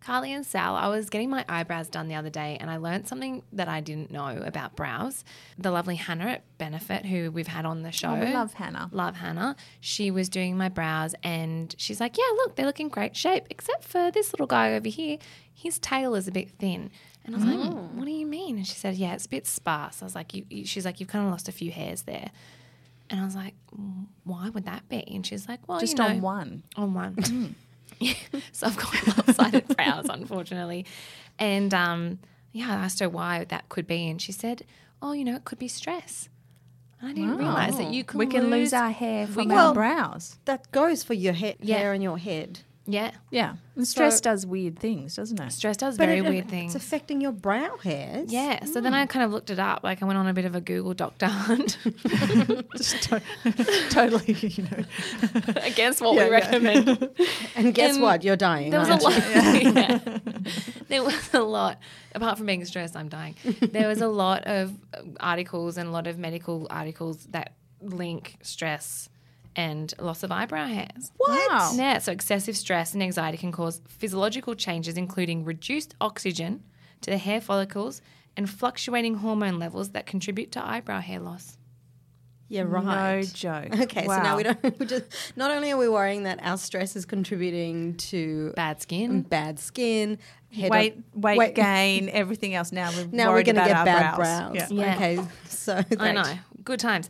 Carly and Sal, I was getting my eyebrows done the other day and I learned something that I didn't know about brows. The lovely Hannah at Benefit, who we've had on the show. Oh, we love Hannah. Love Hannah. She was doing my brows and she's like, Yeah, look, they look in great shape, except for this little guy over here. His tail is a bit thin. And I was like, Oh. What do you mean? And she said, Yeah, it's a bit sparse. I was like, you, you, She's like, You've kind of lost a few hairs there. And I was like, "Mm, Why would that be? And she's like, Well, Just you know, on one. on Mm. one. Yeah, so I've got lopsided brows, unfortunately. And um, yeah, I asked her why that could be, and she said, "Oh, you know, it could be stress." And I didn't realize that you can We can lose lose our hair from can- our Well- brows. That goes for your he- Yeah. hair on your head. yeah. Yeah. And stress does weird things, doesn't it? Stress does But very it- weird things. It's affecting your brow hairs. yeah, so Mm. then I kind of looked it up. Like I went on a bit of a Google doctor hunt Just to- totally, you know. against what Yeah, we yeah. recommend. And guess And what? You're dying. Um, There was a aren't you? lot. yeah. There was a lot. Apart from being stressed, I'm dying. There was a lot of articles and a lot of medical articles that link stress and loss of eyebrow hairs. What? Wow. Yeah, so excessive stress and anxiety can cause physiological changes, including reduced oxygen to the hair follicles and fluctuating hormone levels that contribute to eyebrow hair loss. Yeah, right. No joke. Okay, so now we don't. We just, not only are we worrying that our stress is contributing to Mm, Bad Mm, skin. bad skin, head Weight, of- weight, gain, everything else. Now we're Now we're worried going to about get our bad brows. brows. Yeah. Yeah. Okay, so great. I know. Good times.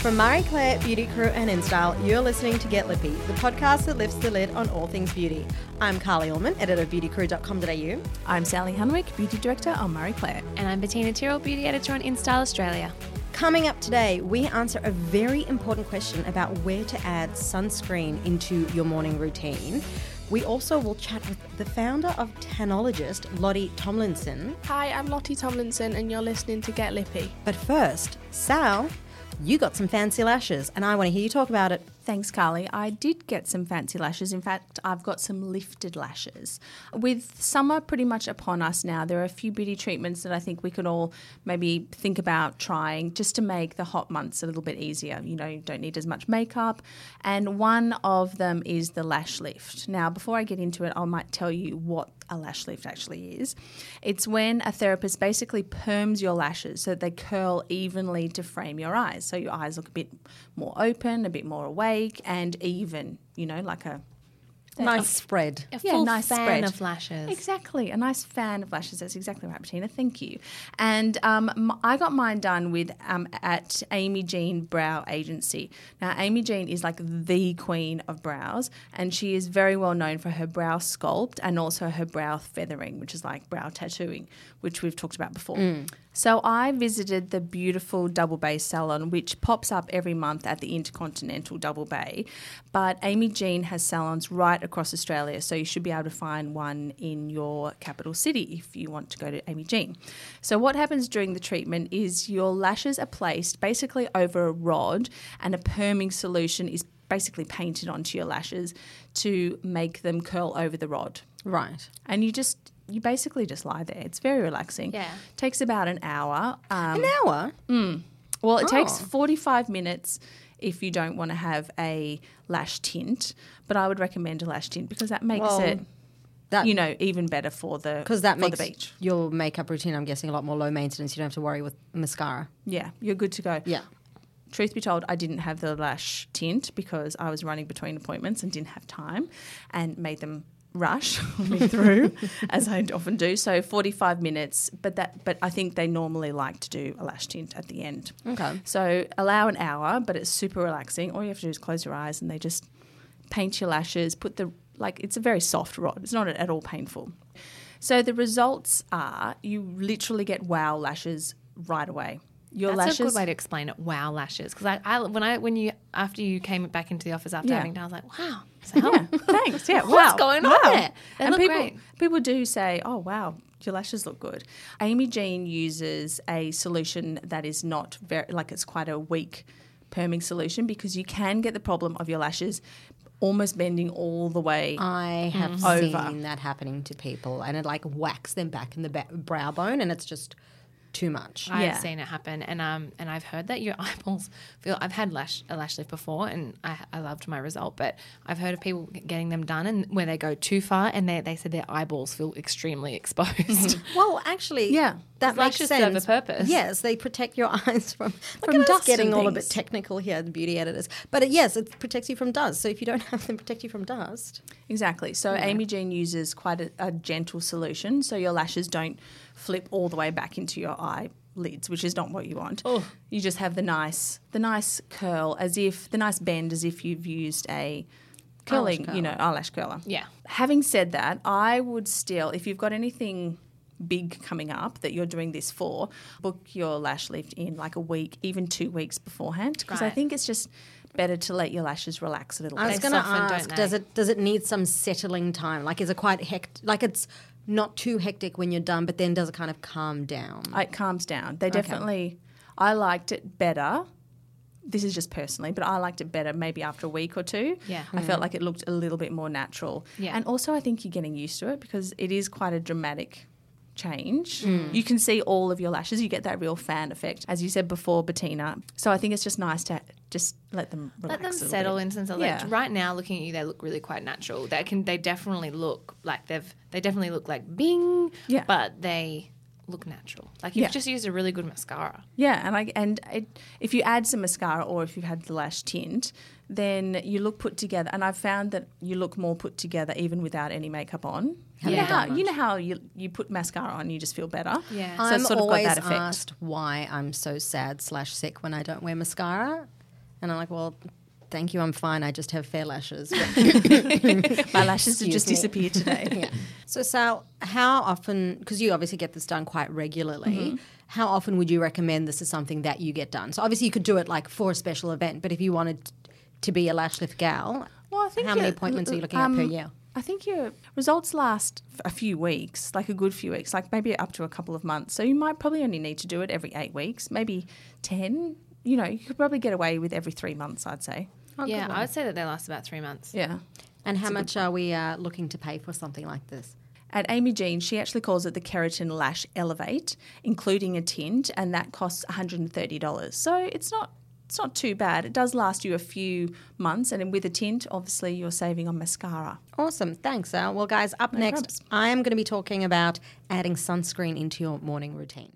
From Marie Claire Beauty Crew and InStyle, you're listening to Get Lippy, the podcast that lifts the lid on all things beauty. I'm Carly Ullman, editor of beautycrew.com.au. I'm Sally Hunwick, beauty director on Murray Claire. And I'm Bettina Tyrrell, beauty editor on InStyle Australia. Coming up today, we answer a very important question about where to add sunscreen into your morning routine. We also will chat with the founder of Tanologist, Lottie Tomlinson. Hi, I'm Lottie Tomlinson, and you're listening to Get Lippy. But first, Sal, you got some fancy lashes, and I want to hear you talk about it. Thanks, Carly. I did get some fancy lashes. In fact, I've got some lifted lashes. With summer pretty much upon us now, there are a few beauty treatments that I think we could all maybe think about trying just to make the hot months a little bit easier. You know, you don't need as much makeup. And one of them is the lash lift. Now, before I get into it, I might tell you what a lash lift actually is. It's when a therapist basically perms your lashes so that they curl evenly to frame your eyes. So your eyes look a bit more open, a bit more awake, and even, you know, like a Nice spread. A Yeah, full nice fan spread. of lashes. Exactly. A nice fan of lashes. That's exactly right, Bettina. Thank you. And um, m- I got mine done with um, at Amy Jean Brow Agency. Now, Amy Jean is like the queen of brows, and she is very well known for her brow sculpt and also her brow feathering, which is like brow tattooing, which we've talked about before. So I visited the beautiful Double Bay salon, which pops up every month at the Intercontinental Double Bay. But Amy Jean has salons right across Australia, so you should be able to find one in your capital city if you want to go to Amy Jean. So what happens during the treatment is your lashes are placed basically over a rod, and a perming solution is basically painted onto your lashes to make them curl over the rod Right. and you just you basically just lie there. It's very relaxing. Yeah. takes about an hour. Um, An hour? well, it takes Oh. forty five minutes if you don't want to have a lash tint, but I would recommend a lash tint because that makes Well, it That, you know even better for the Because that for makes the beach. your makeup routine, I'm guessing, a lot more low maintenance. You don't have to worry with mascara. Yeah, you're good to go. Yeah. truth be told, I didn't have the lash tint because I was running between appointments and didn't have time and made them rush me through as I often do. So 45 minutes, but that but I think they normally like to do a lash tint at the end. Okay. So allow an hour, but it's super relaxing. All you have to do is close your eyes and they just paint your lashes, put the like it's a very soft rod. It's not at all painful. So the results are you literally get wow lashes right away. Your That's a lashes good way to explain it. Wow, lashes. Because I, I, when I, when you, after you came back into the office after Yeah. having done, I was like, wow, so Yeah, thanks. Yeah, What's wow, going on wow. there? They and look people great. people do say, "Oh, wow, your lashes look good." Amy Jean uses a solution that is not very like it's quite a weak perming solution because you can get the problem of your lashes almost bending all the way. I have Over. seen that happening to people, and it like whacks them back in the ba- brow bone, and it's just too much. I've Yeah. seen it happen, and um, and I've heard that your eyeballs feel. I've had lash a lash lift before, and I, I loved my result, but I've heard of people getting them done, and where they go too far, and they they said their eyeballs feel extremely exposed. Mm-hmm. Well, actually, Yeah. that They makes should sense. serve a purpose. Yes, they protect your eyes from From from dust. dust getting and all a things. bit technical here, the beauty editors. But it, yes, it protects you from dust. So if you don't have them protect you from dust, Exactly. So Amy Jean uses quite a, a gentle solution, so your lashes don't flip all the way back into your eyelids, which is not what you want. You just have the nice, the nice curl, as if the nice bend, as if you've used a curling, you know, eyelash curler. Yeah. Having said that, I would still, if you've got anything big coming up that you're doing this for, book your lash lift in like a week, even two weeks beforehand, because I Right. think it's just better to let your lashes relax a little I bit. was They going to soften, don't ask: Does they? it does it need some settling time? Like, is it quite hectic? Like, it's not too hectic when you're done, but then does it kind of calm down? Um, It calms down. They definitely. I liked it better. This is just personally, but I liked it better maybe after a week or two. Yeah. Mm. I felt like it looked a little bit more natural. Yeah. And also, I think you're getting used to it because it is quite a dramatic change. Mm. You can see all of your lashes. You get that real fan effect, as you said before, Bettina. So I think it's just nice to just let them relax. Let them a little settle bit. in since Yeah. like right now looking at you they look really quite natural. They can they definitely look like they've they definitely look like bing Yeah. but they look natural. Like you've Yeah. just used a really good mascara. Yeah, and I and it, if you add some mascara or if you had the lash tint, then you look put together. And I've found that you look more put together even without any makeup on. You Haven't know how done you know how you you put mascara on, you just feel better. Yeah. so it's sort of got always that effect. asked why I'm so sad slash sick when I don't wear mascara, and I'm like, well, thank you, I'm fine. I just have fair lashes. My lashes have Excuse just me. disappeared today. yeah. So Sal, how often? Because you obviously get this done quite regularly. Mm-hmm. How often would you recommend this is something that you get done? So obviously you could do it like for a special event, but if you wanted to be a lash lift gal, Well, I think how many it- appointments are you looking at per um, year? I think your results last f- a few weeks, like a good few weeks, like maybe up to a couple of months. So you might probably only need to do it every eight weeks, maybe ten. You know, you could probably get away with every three months, I'd say. yeah, I would say that they last about three months. Oh, Yeah. And how much are we uh, looking to pay for something like this? At Amy Jean, she actually calls it the Keratin Lash Elevate, including a tint, and that costs $130. So it's not it's not too bad. It does last you a few months, and then with a tint, obviously you're saving on mascara. Awesome, thanks, Sal. Well, guys, up next, problems. I am going to be talking about adding sunscreen into your morning routine.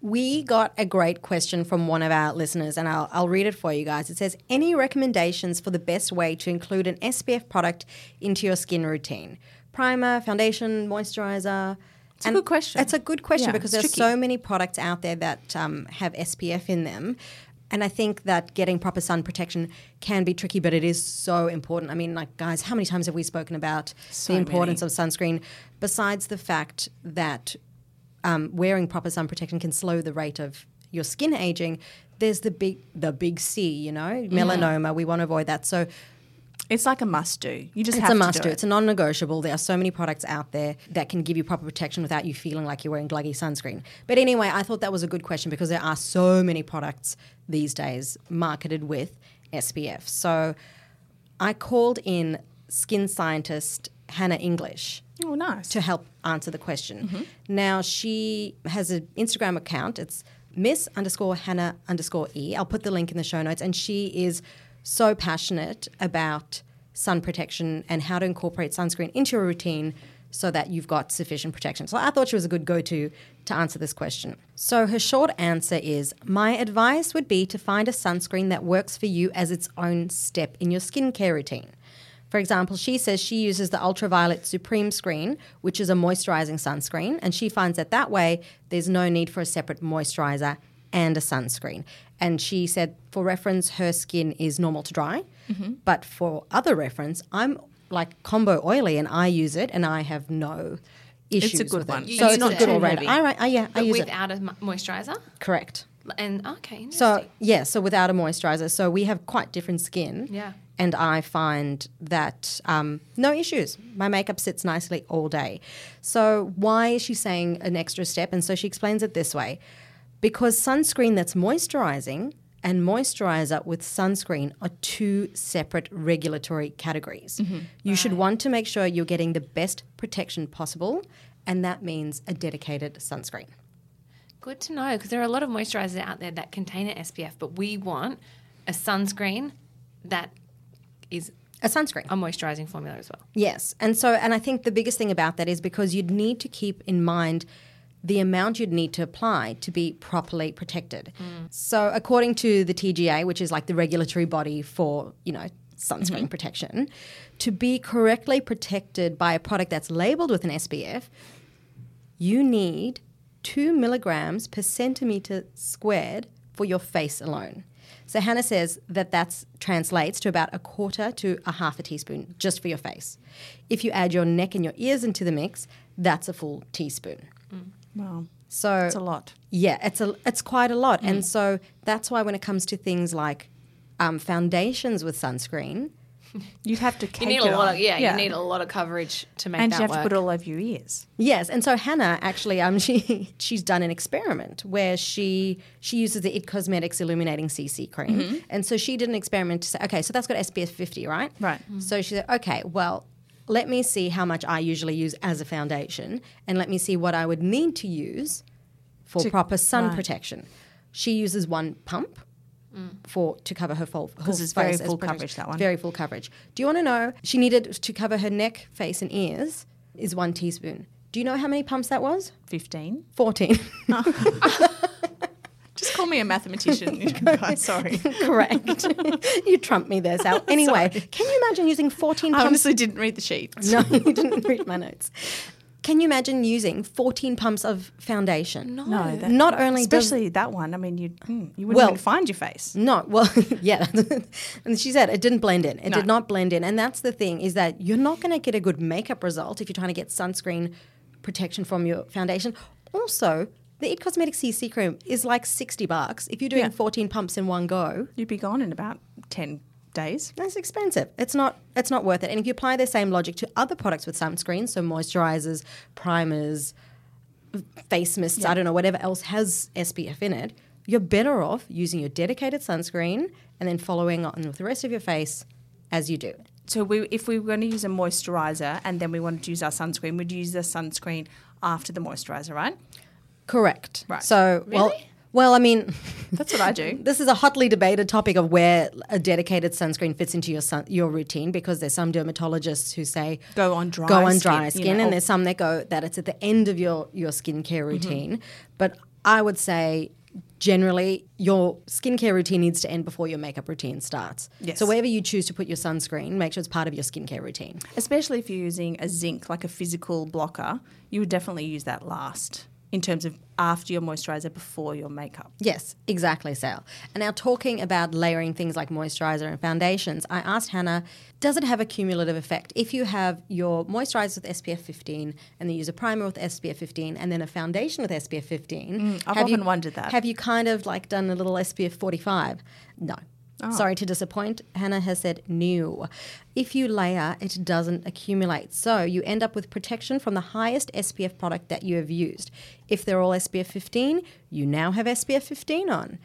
We got a great question from one of our listeners, and I'll, I'll read it for you guys. It says, Any recommendations for the best way to include an SPF product into your skin routine? Primer, foundation, moisturizer? It's a good question. It's a good question Yeah, because it's there's tricky. so many products out there that um, have SPF in them. And I think that getting proper sun protection can be tricky, but it is so important. I mean, like, guys, how many times have we spoken about So the importance of sunscreen? Besides the fact that um, wearing proper sun protection can slow the rate of your skin aging. There's the big the big C, you know, melanoma. We want to avoid that. So It's like a must do. You just it's have to a must do do. it. It's a non-negotiable. There are so many products out there that can give you proper protection without you feeling like you're wearing gluggy sunscreen. But anyway, I thought that was a good question because there are so many products these days marketed with SPF. So I called in skin scientist Hannah English Oh, nice. to help answer the question. Now she has an Instagram account. It's Miss underscore Hannah underscore E. I'll put the link in the show notes. And she is so passionate about sun protection and how to incorporate sunscreen into your routine so that you've got sufficient protection. So I thought she was a good go to to answer this question. So her short answer is My advice would be to find a sunscreen that works for you as its own step in your skincare routine. For example, she says she uses the ultraviolet supreme screen, which is a moisturizing sunscreen, and she finds that that way there's no need for a separate moisturizer and a sunscreen. And she said, for reference, her skin is normal to dry, Mm-hmm. but for other reference, I'm like combo oily and I use it and I have no issues. good with it. one. You So use it's not it. good Too all round. heavy. I, I, yeah, I But use it. without a mo- moisturizer? Correct. And okay, interesting. So yeah, so without a moisturizer, so we have quite different skin. Yeah. and I find that um, no issues. My makeup sits nicely all day. So why is she saying an extra step? And so she explains it this way: because sunscreen that's moisturizing and moisturizer with sunscreen are two separate regulatory categories. You should want to make sure you're getting the best protection possible, and that means a dedicated sunscreen. Good to know because there are a lot of moisturizers out there that contain an SPF, but we want a sunscreen that is A sunscreen. a moisturizing formula as well. Yes. And so, and I think the biggest thing about that is because you'd need to keep in mind the amount you'd need to apply to be properly protected. So, according to the TGA, which is like the regulatory body for, you know, sunscreen protection, to be correctly protected by a product that's labeled with an SPF, you need two milligrams per centimeter squared for your face alone. So Hannah says that that translates to about a quarter to a half a teaspoon just for your face. If you add your neck and your ears into the mix, that's a full teaspoon. Wow. So It's a lot. yeah, it's a it's quite a lot, and so that's why when it comes to things like um, foundations with sunscreen, You'd have to You cake need it a lot on. of yeah, you need a lot of coverage to make And that you have to work. put it all over your ears. Yes, and so Hannah actually, um, she she's done an experiment where she she uses the It Cosmetics Illuminating CC cream, and so she did an experiment to say, okay, so that's got SPF fifty, right? Mm-hmm. Right. So she said, okay, well, let me see how much I usually use as a foundation, and let me see what I would need to use for To- proper sun right. protection. She uses one pump. For to cover her full because it's very full coverage, that one. very full coverage. Do you want to know? She needed to cover her neck, face, and ears is one teaspoon. Do you know how many pumps that was? 15. 14. Just call me a mathematician. I'm sorry. Correct. you trumped me there, Sal. Anyway, can you imagine using 14 I pumps? honestly didn't read the sheets. No, you didn't read my notes. Can you imagine using 14 pumps of foundation? No. No, that, Not only does especially that one. I mean, you mm, you wouldn't Well- even find your face. No, well, yeah. and she said it didn't blend in. It No. did not blend in. And that's the thing is that you're not going to get a good makeup result if you're trying to get sunscreen protection from your foundation. Also, the It Cosmetics CC cream is like 60 bucks. If you're doing Yeah. 14 pumps in one go, You'd be gone in about ten days. that's expensive. It's not it's not worth it. And if you apply the same logic to other products with sunscreen, so moisturizers, primers, face mists, I don't know, whatever else has SPF in it, you're better off using your dedicated sunscreen and then following on with the rest of your face as you do. So we, if we were going to use a moisturizer and then we wanted to use our sunscreen, we'd use the sunscreen after the moisturizer, right? Correct. Right. So well well, I mean, That's what I do. this is a hotly debated topic of where a dedicated sunscreen fits into your sun, your routine because there's some dermatologists who say Go on dry. go on skin, dry you skin, know, Mm-hmm. and or- there's some that go that it's at the end of your your skincare routine. But I would say generally your skincare routine needs to end before your makeup routine starts. Yes. So wherever you choose to put your sunscreen, make sure it's part of your skincare routine. especially if you're using a zinc, like a physical blocker, you would definitely use that last in terms of after your moisturizer, before your makeup. Yes, exactly, Sal. And now talking about layering things like moisturizer and foundations, I asked Hannah, does it have a cumulative effect? If you have your moisturizer with SPF 15 and then you use a primer with SPF 15 and then a foundation with SPF 15, Mm, I've have often you, wondered that. Have you kind of like done a little SPF 45? No. Oh. Sorry to disappoint. Hannah has said new. If you layer, it doesn't accumulate. So you end up with protection from the highest SPF product that you have used. If they're all SPF 15, you now have SPF 15 on.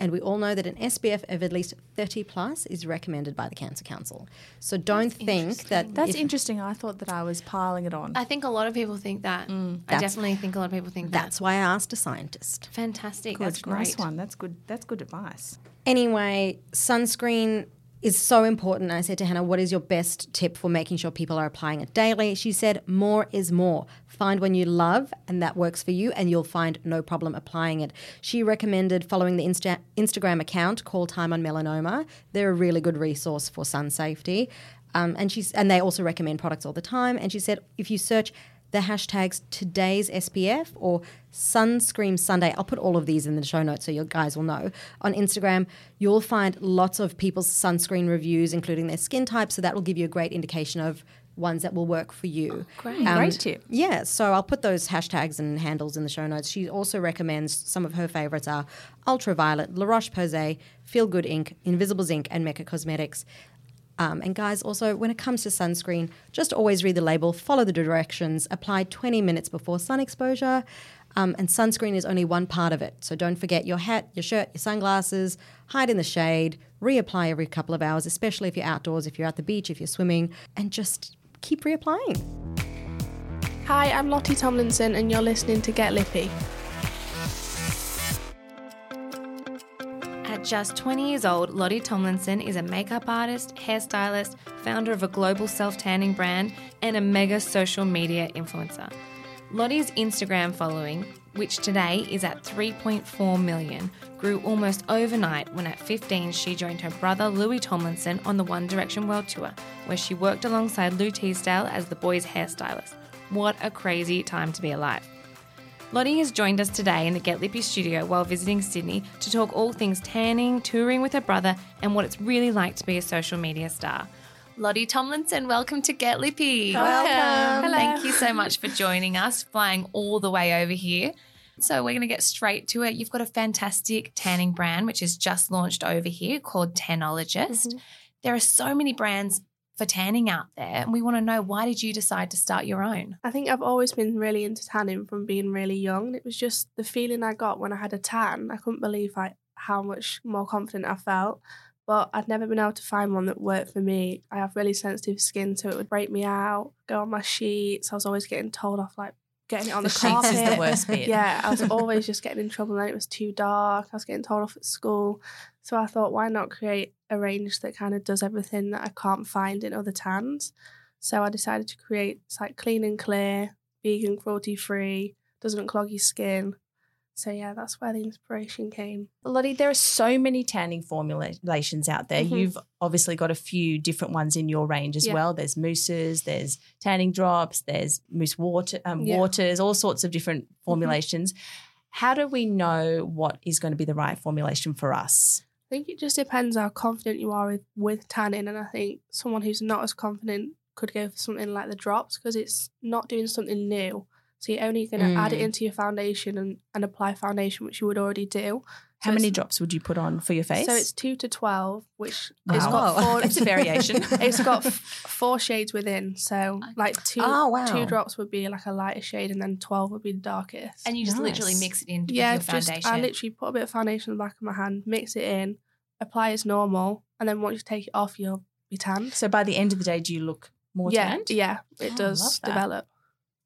And we all know that an SPF of at least 30 plus is recommended by the Cancer Council. So don't think that That's if- interesting. I thought that I was piling it on. I think a lot of people think that. I That's- definitely think a lot of people think that. that's why I asked a scientist. Fantastic. Good, That's great. nice one. That's good. That's good advice. anyway, sunscreen is so important. I said to Hannah, What is your best tip for making sure people are applying it daily? She said, More is more. Find one you love and that works for you, and you'll find no problem applying it. She recommended following the Insta- Instagram account called Time on Melanoma. They're a really good resource for sun safety. Um, and she's and they also recommend products all the time. And she said if you search the hashtags today's SPF or Sunscreen Sunday, I'll put all of these in the show notes so you guys will know. On Instagram, you'll find lots of people's sunscreen reviews, including their skin type. So that will give you a great indication of ones that will work for you. great. Great tip. Yeah, so I'll put those hashtags and handles in the show notes. She also recommends some of her favorites are Ultraviolet, La Roche Posay, Feel Good Inc., Invisible Zinc, and Mecca Cosmetics. Um, and guys, also when it comes to sunscreen, just always read the label, follow the directions, apply 20 minutes before sun exposure. Um, and sunscreen is only one part of it. So don't forget your hat, your shirt, your sunglasses, hide in the shade, reapply every couple of hours, especially if you're outdoors, if you're at the beach, if you're swimming, and just keep reapplying. Hi, I'm Lottie Tomlinson, and you're listening to Get Lippy. At just 20 years old, Lottie Tomlinson is a makeup artist, hairstylist, founder of a global self tanning brand, and a mega social media influencer. Lottie's Instagram following, which today is at 3.4 million, grew almost overnight when at 15 she joined her brother Louis Tomlinson on the One Direction World Tour, where she worked alongside Lou Teasdale as the boy's hairstylist. What a crazy time to be alive! Lottie has joined us today in the Get Lippy studio while visiting Sydney to talk all things tanning, touring with her brother, and what it's really like to be a social media star. Lottie Tomlinson, welcome to Get Lippy. Welcome. Thank you so much for joining us, flying all the way over here. So, we're going to get straight to it. You've got a fantastic tanning brand, which is just launched over here called Tannologist. There are so many brands for tanning out there, and we want to know why did you decide to start your own? I think I've always been really into tanning from being really young. It was just the feeling I got when I had a tan. I couldn't believe I, how much more confident I felt, but I'd never been able to find one that worked for me. I have really sensitive skin, so it would break me out, go on my sheets. I was always getting told off, like getting it on the, sheets carpet. is the worst bit. Yeah, I was always just getting in trouble. Then it was too dark. I was getting told off at school. So I thought, why not create a range that kind of does everything that I can't find in other tans? So I decided to create it's like clean and clear, vegan, cruelty free, doesn't clog your skin. So yeah, that's where the inspiration came. Lottie, there are so many tanning formulations out there. Mhm. You've obviously got a few different ones in your range as Yeah. well. There's mousses, there's tanning drops, there's mousse water, um, Yeah. Mm-hmm. waters, all sorts of different formulations. How do we know what is going to be the right formulation for us? I think it just depends how confident you are with, with tanning, and I think someone who's not as confident could go for something like the drops because it's not doing something new. So you're only going to add it Mm. into your foundation and, and apply foundation, which you would already do. How So many it's- drops would you put on for your face? So it's two to twelve, which Wow. it's got Wow. four. That's a variation. it's got f- four shades within, so like two Oh, wow. two drops would be like a lighter shade, and then twelve would be the darkest. And you just Nice. literally mix it in with yeah, your it's just foundation. I literally put a bit of foundation on the back of my hand, mix it in, apply as normal, and then once you take it off, you'll be tanned. so by the end of the day, do you look more yeah, tanned? yeah, it Oh, I love does that. develop.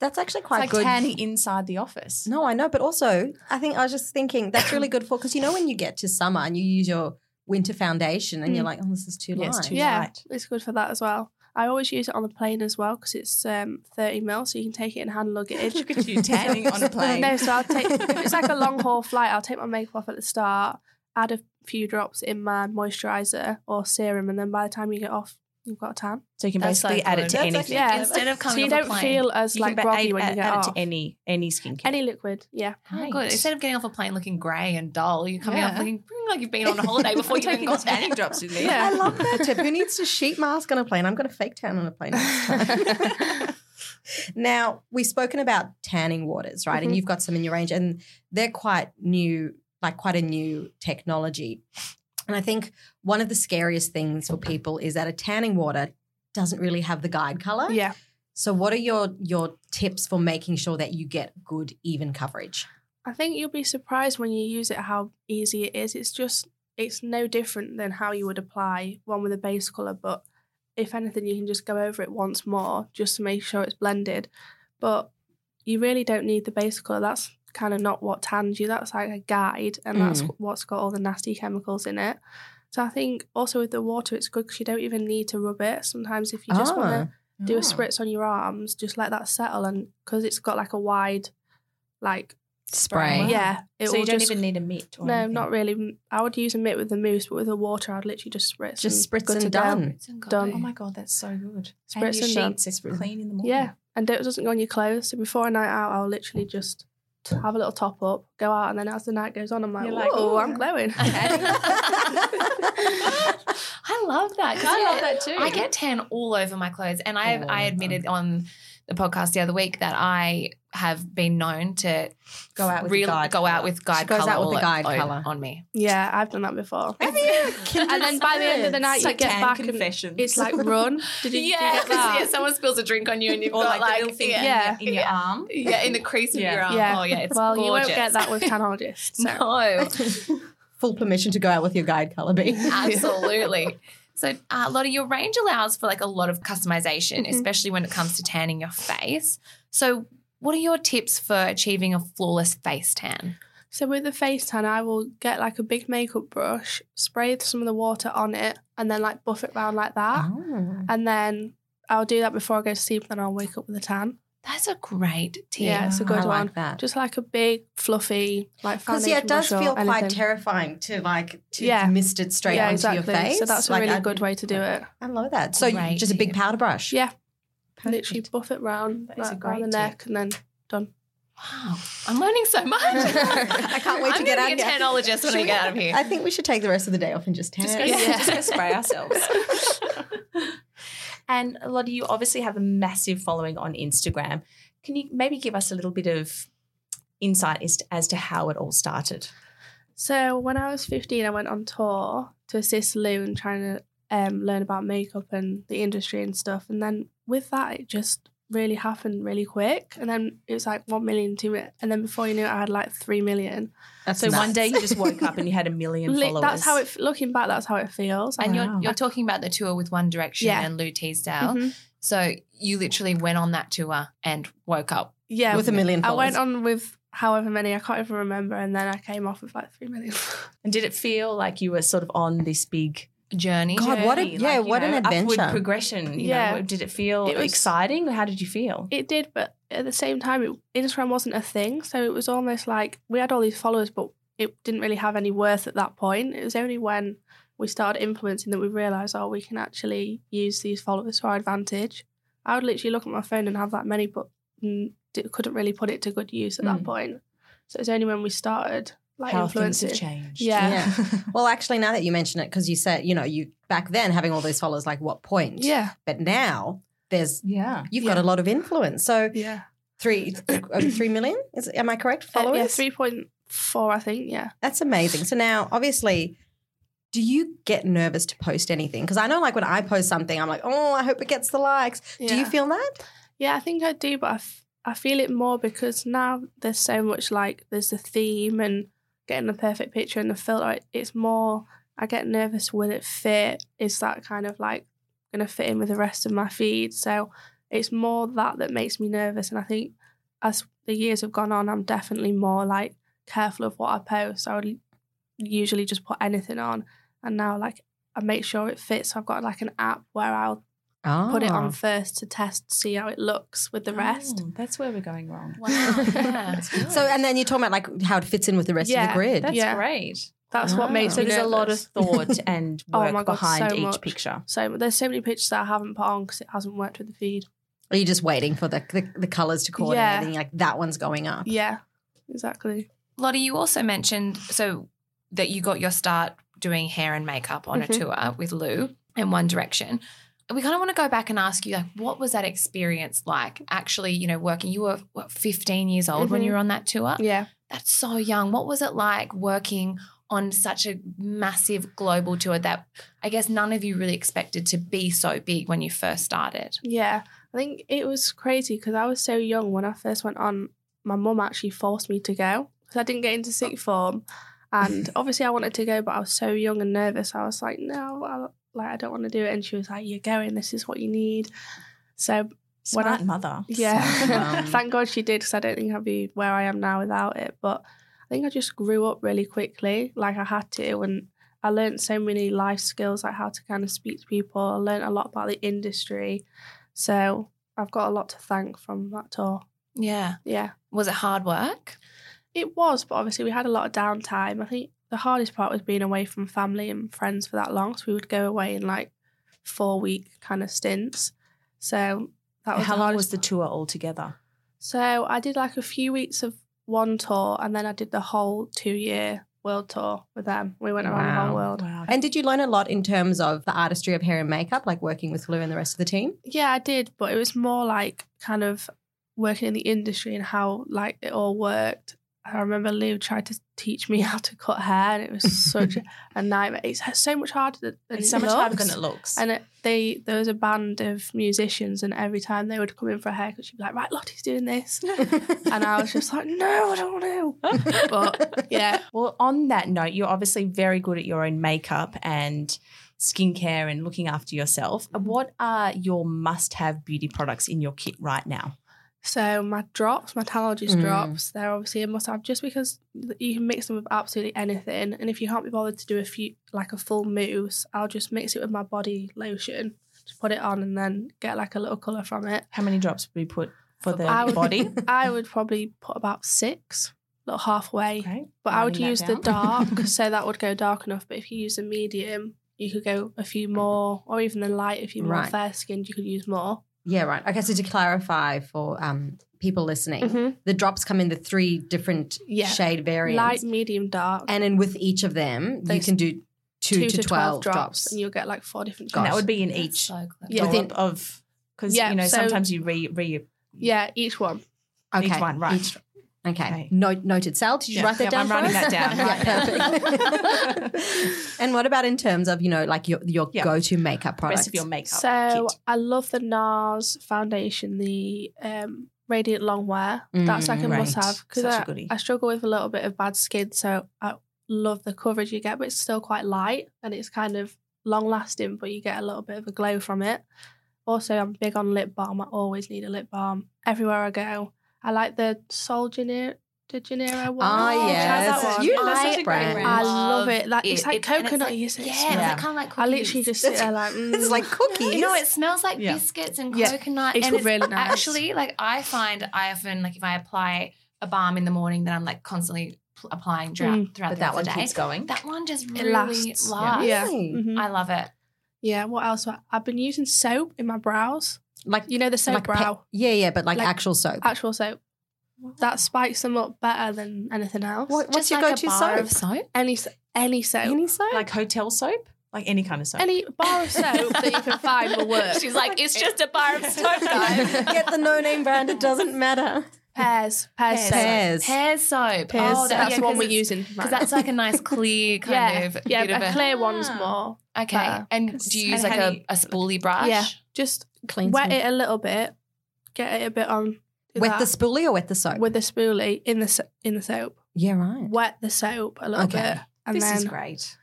That's actually It's quite like good. tanning inside the office. No, I know, but also I think I was just thinking that's really good for because you know when you get to summer and you use your winter foundation and you're like, oh, this is too Mm. Yeah, light. it's too yeah, light. it's good for that as well. I always use it on the plane as well because it's um, 30 mil, so you can take it in hand luggage. Look at you tanning on a plane. No, so I'll take if it's like a long haul flight, I'll take my makeup off at the start, add a few drops in my moisturizer or serum, and then by the time you get off, you've got a tan. So you can That's so basically add it good. to That's anything. Yeah. Instead of coming so you off a don't plane. feel as You can like ba- groggy add- when you add- get add it off. to any any skincare. Any liquid, yeah. Oh, good. Great. Instead of getting off a plane looking grey and dull, you're coming off Yeah. looking like you've been on a holiday before I'm you even taking got there. tanning drops with me. Yeah. I love that tip. Who needs to sheet mask on a plane? I'm going to fake tan on a plane next time. now, we've spoken about tanning waters, right? And Mhm. you've got some in your range, and they're quite new, like quite a new technology. And I think one of the scariest things for people is that a tanning water doesn't really have the guide color. Yeah. So, what are your your tips for making sure that you get good, even coverage? I think you'll be surprised when you use it how easy it is. It's just it's no different than how you would apply one with a base colour, but if anything you can just go over it once more just to make sure it's blended. But you really don't need the base colour. That's kind of not what tans you. That's like a guide and that's what's got all the nasty chemicals in it. So I think also with the water it's good because you don't even need to rub it. Sometimes if you just want to do a spritz on your arms, just let that settle and because it's got like a wide like spray. Wow. yeah, it So you will don't just- even need a mitt. Or no, anything. not really. I would use a mitt with the mousse, but with the water, I'd literally just spritz. Just and spritz good to and go. done. Done. Oh my god, that's so good. Spritz and your and sheets is clean in the morning. Mm. Yeah, and it doesn't go on your clothes. So before a night out, I'll literally just have a little top up, go out, and then as the night goes on, I'm like, You're like, whoa, "Ooh." I'm glowing. I love that. 'cause I love that too. I get tan all over my clothes, and I All I over. admitted on the podcast the other week that I have been known to Go out with the real- guide go out colour. with guide She goes colour out with the all guide o- colour. on me. Yeah, I've done that before. Have you? And then by the end of the night, you get back and confessions. it's like run. Did you, did you Yeah, get 'cause, that? yeah, someone spills a drink on you and you've or got like, like, the little thing yeah, yeah. in your, in your arm. yeah, in the crease of Yeah. your arm. Yeah. Oh yeah, it's well, you gorgeous. won't get that with canologists. So. No, Full permission to go out with your guide colour, B. absolutely. So uh, a lot of your range allows for like a lot of customization, Mm-hmm. especially when it comes to tanning your face. So what are your tips for achieving a flawless face tan? So with the face tan, I will get like a big makeup brush, spray some of the water on it, and then like buff it round like that. Oh. And then I'll do that before I go to sleep. Then I'll wake up with a tan. That's a great tip. Yeah, it's a I good like one. that. Just like a big fluffy like Because foundation. yeah, it does brush or feel quite anything. terrifying to like to Yeah. mist it straight yeah, onto exactly. your face. So that's Like, a really I- good way to do it. I love that. So you- Great just a big tip. powder brush. Yeah, Perfect. literally buff it round That is a like, around the great neck, and then Wow, I'm learning so much. I can't wait to I'm get gonna out be a of here. tanologist when Should I we- get out of here. I think we should take the rest of the day off and just tan. Just it. gonna, Yeah. just gonna spray ourselves. and Lottie, you obviously have a massive following on Instagram. Can you maybe give us a little bit of insight as to, as to how it all started? So when I was 15, I went on tour to assist Lou in trying to um, learn about makeup and the industry and stuff. And then with that, it just really happened really quick. And then it was like 1 million, 2 million. And then before you knew it, I had like 3 million. So one day you just woke up and you had a million Li- followers. that's how it, looking back, that's how it feels. Mm-hmm. And Wow. you're you're talking about the tour with One Direction Yeah. and Lou Teasdale. Mm-hmm. Mhm. So you literally went on that tour and woke up. Yeah. with a million I followers. went on with however many, I can't even remember. And then I came off with like 3 million. And did it feel like you were sort of on this big Journey. God, what a journey, yeah, like, you what know, an Upward adventure. progression. You Yeah. know, did it feel It was- exciting? How did you feel? It did, but at the same time, it, Instagram wasn't a thing, so it was almost like we had all these followers, but it didn't really have any worth at that point. It was only when we started influencing that we realised, oh, we can actually use these followers to our advantage. I would literally look at my phone and have that many, but mm, d- couldn't really put it to good use at Hmm. that Mm. point. So it was only when we started like how things influencing. have changed. Yeah. Well, actually, now that you mention it, because you said you know you back then having all those followers, like what point? Yeah, But now there's yeah. you've got a lot of influence. So yeah, three uh, three million is am I correct? Uh, Followers. yeah, three point four, I think. Yeah. That's amazing. So now, obviously, do you get nervous to post anything? Because I know, like, when I post something, I'm like, oh, I hope it gets the likes. Do you Yeah. feel that? Yeah, I think I do, but I, f- I feel it more because now there's so much like there's the theme and getting the perfect picture and the filter. It, it's more I get nervous will it fit? Is that kind of like gonna fit in with the rest of my feed? So it's more that that makes me nervous, and I think as the years have gone on, I'm definitely more like careful of what I post. I would usually just put anything on, and now like I make sure it fits. I've got like an app where I'll Oh. put it on first to test, see how it looks with the rest. Oh, that's where we're going wrong. Wow. Yeah. So, and then you're talking about like how it fits in with the rest of the Yeah, grid. That's Yeah. great. That's what Wow. Ah. makes So me there's a lot of nervous. thought and Oh work my God, behind so each much. picture. So there's so many pictures that I haven't put on because it hasn't worked with the feed. Are you just waiting for the, the, the colors to coordinate Yeah. and you're like that one's going up? Yeah, exactly. Lottie, you also mentioned so that you got your start doing hair and makeup on Mhm. a tour with Lou in One Direction. We kind of want to go back and ask you, like, what was that experience like? Actually, you know, working. You were what, 15 years old when Mhm. you were on that tour. Yeah. That's so young. What was it like working on such a massive global tour that I guess none of you really expected to be so big when you first started? Yeah, I think it was crazy because I was so young when I first went on. My mum actually forced me to go because I didn't get into sixth form, and obviously I wanted to go, but I was so young and nervous. I was like, no, I, like I don't want to do it. And she was like, you're going. This is what you need. So When Smart mother. Yeah. um, Thank God she did because I don't think I'd be where I am now without it. But I think I just grew up really quickly. Like I had to, and I learned so many life skills, like how to kind of speak to people. I learned a lot about the industry. So I've got a lot to thank from that tour. Yeah. Yeah. Was it hard work? It was, but obviously we had a lot of downtime. I think the hardest part was being away from family and friends for that long. So we would go away in like four week kind of stints. So that was How the long hardest was the tour altogether? So I did like a few weeks of one tour and then I did the whole two year world tour with them. We went around the whole Wow. world. Wow. And did you learn a lot in terms of the artistry of hair and makeup, like working with Lou and the rest of the team? Yeah, I did, but it was more like kind of working in the industry and how like it all worked. I remember Lou tried to teach me how to cut hair, and it was such a nightmare. It's so much harder than It's it so much looks. harder than it looks. And it, they there was a band of musicians, and every time they would come in for a haircut, she'd be like, "Right, Lottie's doing this," and I was just like, "No, I don't want to." But yeah, Well, on that note, you're obviously very good at your own makeup and skincare and looking after yourself. What are your must have beauty products in your kit right now? So my drops, my Tanologist Mm. drops, they're obviously a must-have just because you can mix them with absolutely anything. And if you can't be bothered to do a few, like a full mousse, I'll just mix it with my body lotion, just put it on, and then get like a little color from it. How many drops would we put for the I would- body? I would probably put about six, little halfway. Okay. But I would Writing that use the dark, so that would go dark enough. But if you use a medium, you could go a few more, or even the light. If you're more Right. fair-skinned, you could use more. Yeah, right. Okay, so to clarify for um, people listening, Mm-hmm. the drops come in the three different Yeah. shade variants. Light, medium, dark. and then with each of them, you There's can do two, to, 12, drops. and you'll get like four different And drops. that would be in That's each so clever. Yeah. dollop Within- of, because, Yeah, you know, so- sometimes you re, re Yeah, each one. each one, right? each- okay. Okay. Note, noted, Sal. Did you Yeah. write that Yep, down? I'm for writing us? that down. yeah, perfect. and what about in terms of, you know, like your, your Yeah. go to makeup products? rest of your makeup So kit. I love the NARS foundation, the um, Radiant Long Wear. That's like a Mm, must right. have because Such a I, goodie. I struggle with a little bit of bad skin. So I love the coverage you get, but it's still quite light and it's kind of long lasting, but you get a little bit of a glow from it. Also, I'm big on lip balm. I always need a lip balm everywhere I go. I like the Sol Janeiro, De Janeiro one. Ah, Have you tried Oh, that yes. one? You That's love such a great brand. brand. I love it. That it's like and it's coconut. like- isn't it? Yeah, Smells Yeah. it's kind of like I cookies. literally just sit there like, mm. It's like cookies. No, it smells like Yeah. biscuits and Yeah. coconut. It's and it's really nice. Actually, like I find I often like if I apply a balm in the morning, then I'm like constantly pl- applying throughout, throughout but the that one day. keeps going. Mm-hmm. That one just It really lasts. lasts. Yeah. Really? Mhm. I love it. yeah. What else? I've been using soap in my brows. Like, You know the soap like pe- brow, yeah, yeah, but like, Like- actual soap. actual soap. That spikes them up better than anything else. What- what's Just your like go to a bar soap? of soap? Any s- any soap, any, Any soap? like hotel soap, like any kind of soap. bar of soap that you can find will work. She's like, it's just a bar of soap, guys. Get the no name brand, it doesn't matter. pears, pears, soap. Pears. Hair soap. Pears, oh, that, that's yeah, the one 'cause we're it's- using. right Because now. that's like a nice clear kind yeah, of yeah. bit of a a, clear one's Ah. more. okay. better. And do you use And like how a, do you- a spoolie brush? Yeah, just Cleanse wet me. it a little bit, get it a bit on. do Wet the that spoolie or wet uh, the soap? with the spoolie in the s- in the soap. yeah, right. wet the soap a little Okay. bit and this then is great.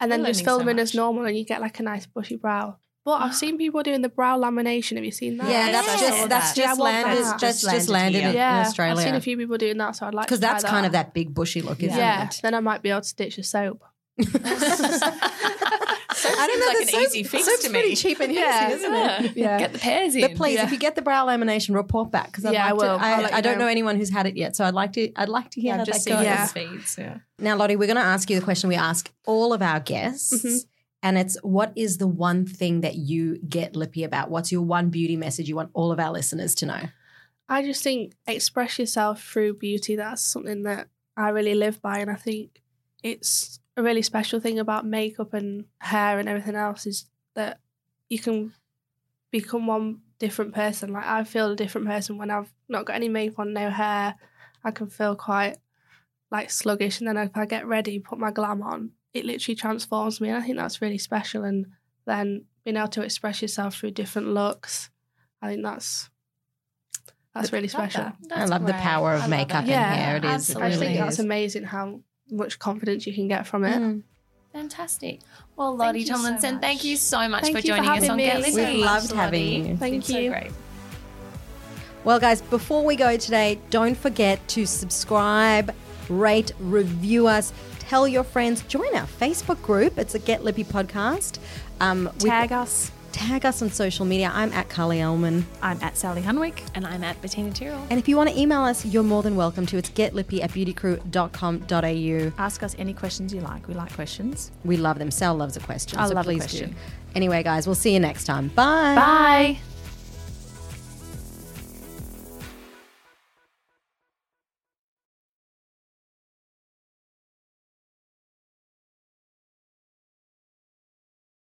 and I'm then just learning fill so them in as much. normal and you get like a nice bushy brow. But I've seen people doing the brow lamination. Have you seen that? Yeah, Yeah, that's I saw just that's that. Yeah, I just want landed. that. That's just landed, Just landed in, here. in yeah, I've seen Australia. a few people doing that, so I'd like Because to try that's that. kind of that big bushy look, isn't Yeah, it? then I might be able to stitch the soap. I don't know. Like an easy fix soap's to pretty me. cheap and easy, Yeah. isn't it? Yeah. Get the pears in. But please, Yeah. if you get the brow lamination, report back because Yeah, I like to- will. I'll let I, you I don't know. know anyone who's had it yet, so I'd like to. I'd like to hear how I've that just goes. seen Yeah. those feeds. Yeah. Now, Lottie, we're going to ask you the question we ask all of our guests, Mm-hmm. Mhm. and it's what is the one thing that you get lippy about? What's your one beauty message you want all of our listeners to know? I just think express yourself through beauty. That's something that I really live by, and I think it's a really special thing about makeup and hair and everything else is that you can become one different person. Like I feel a different person when I've not got any makeup on, no hair. I can feel quite like sluggish, and then if I get ready, put my glam on, it literally transforms me, and I think that's really special. And then being able to express yourself through different looks, I think that's that's really special. I love the power of makeup and Yeah, hair. It is. It I just really think that's is. amazing how much confidence you can get from Mm-hmm. it. Mm. Fantastic. Well, Lottie you so Tomlinson, much. thank you so much Thank for you for joining us having on me. Get We've Lizzy. We've loved having you. Thank It's you. So great. Well, guys, before we go today, don't forget to subscribe, rate, review us, tell your friends, join our Facebook group. It's a Get Lippy podcast. Um, we- Tag us. tag us on social media. I'm at Carly Elman. I'm at Sally Hunwick. And I'm at Bettina Tyrrell. And if you want to email us, you're more than welcome to. It's getlippy at beautycrew.com.au. Ask us any questions you like. We like questions. We love them. Sal loves a question. I so love a please question. do. Anyway, guys, we'll see you next time. Bye. Bye.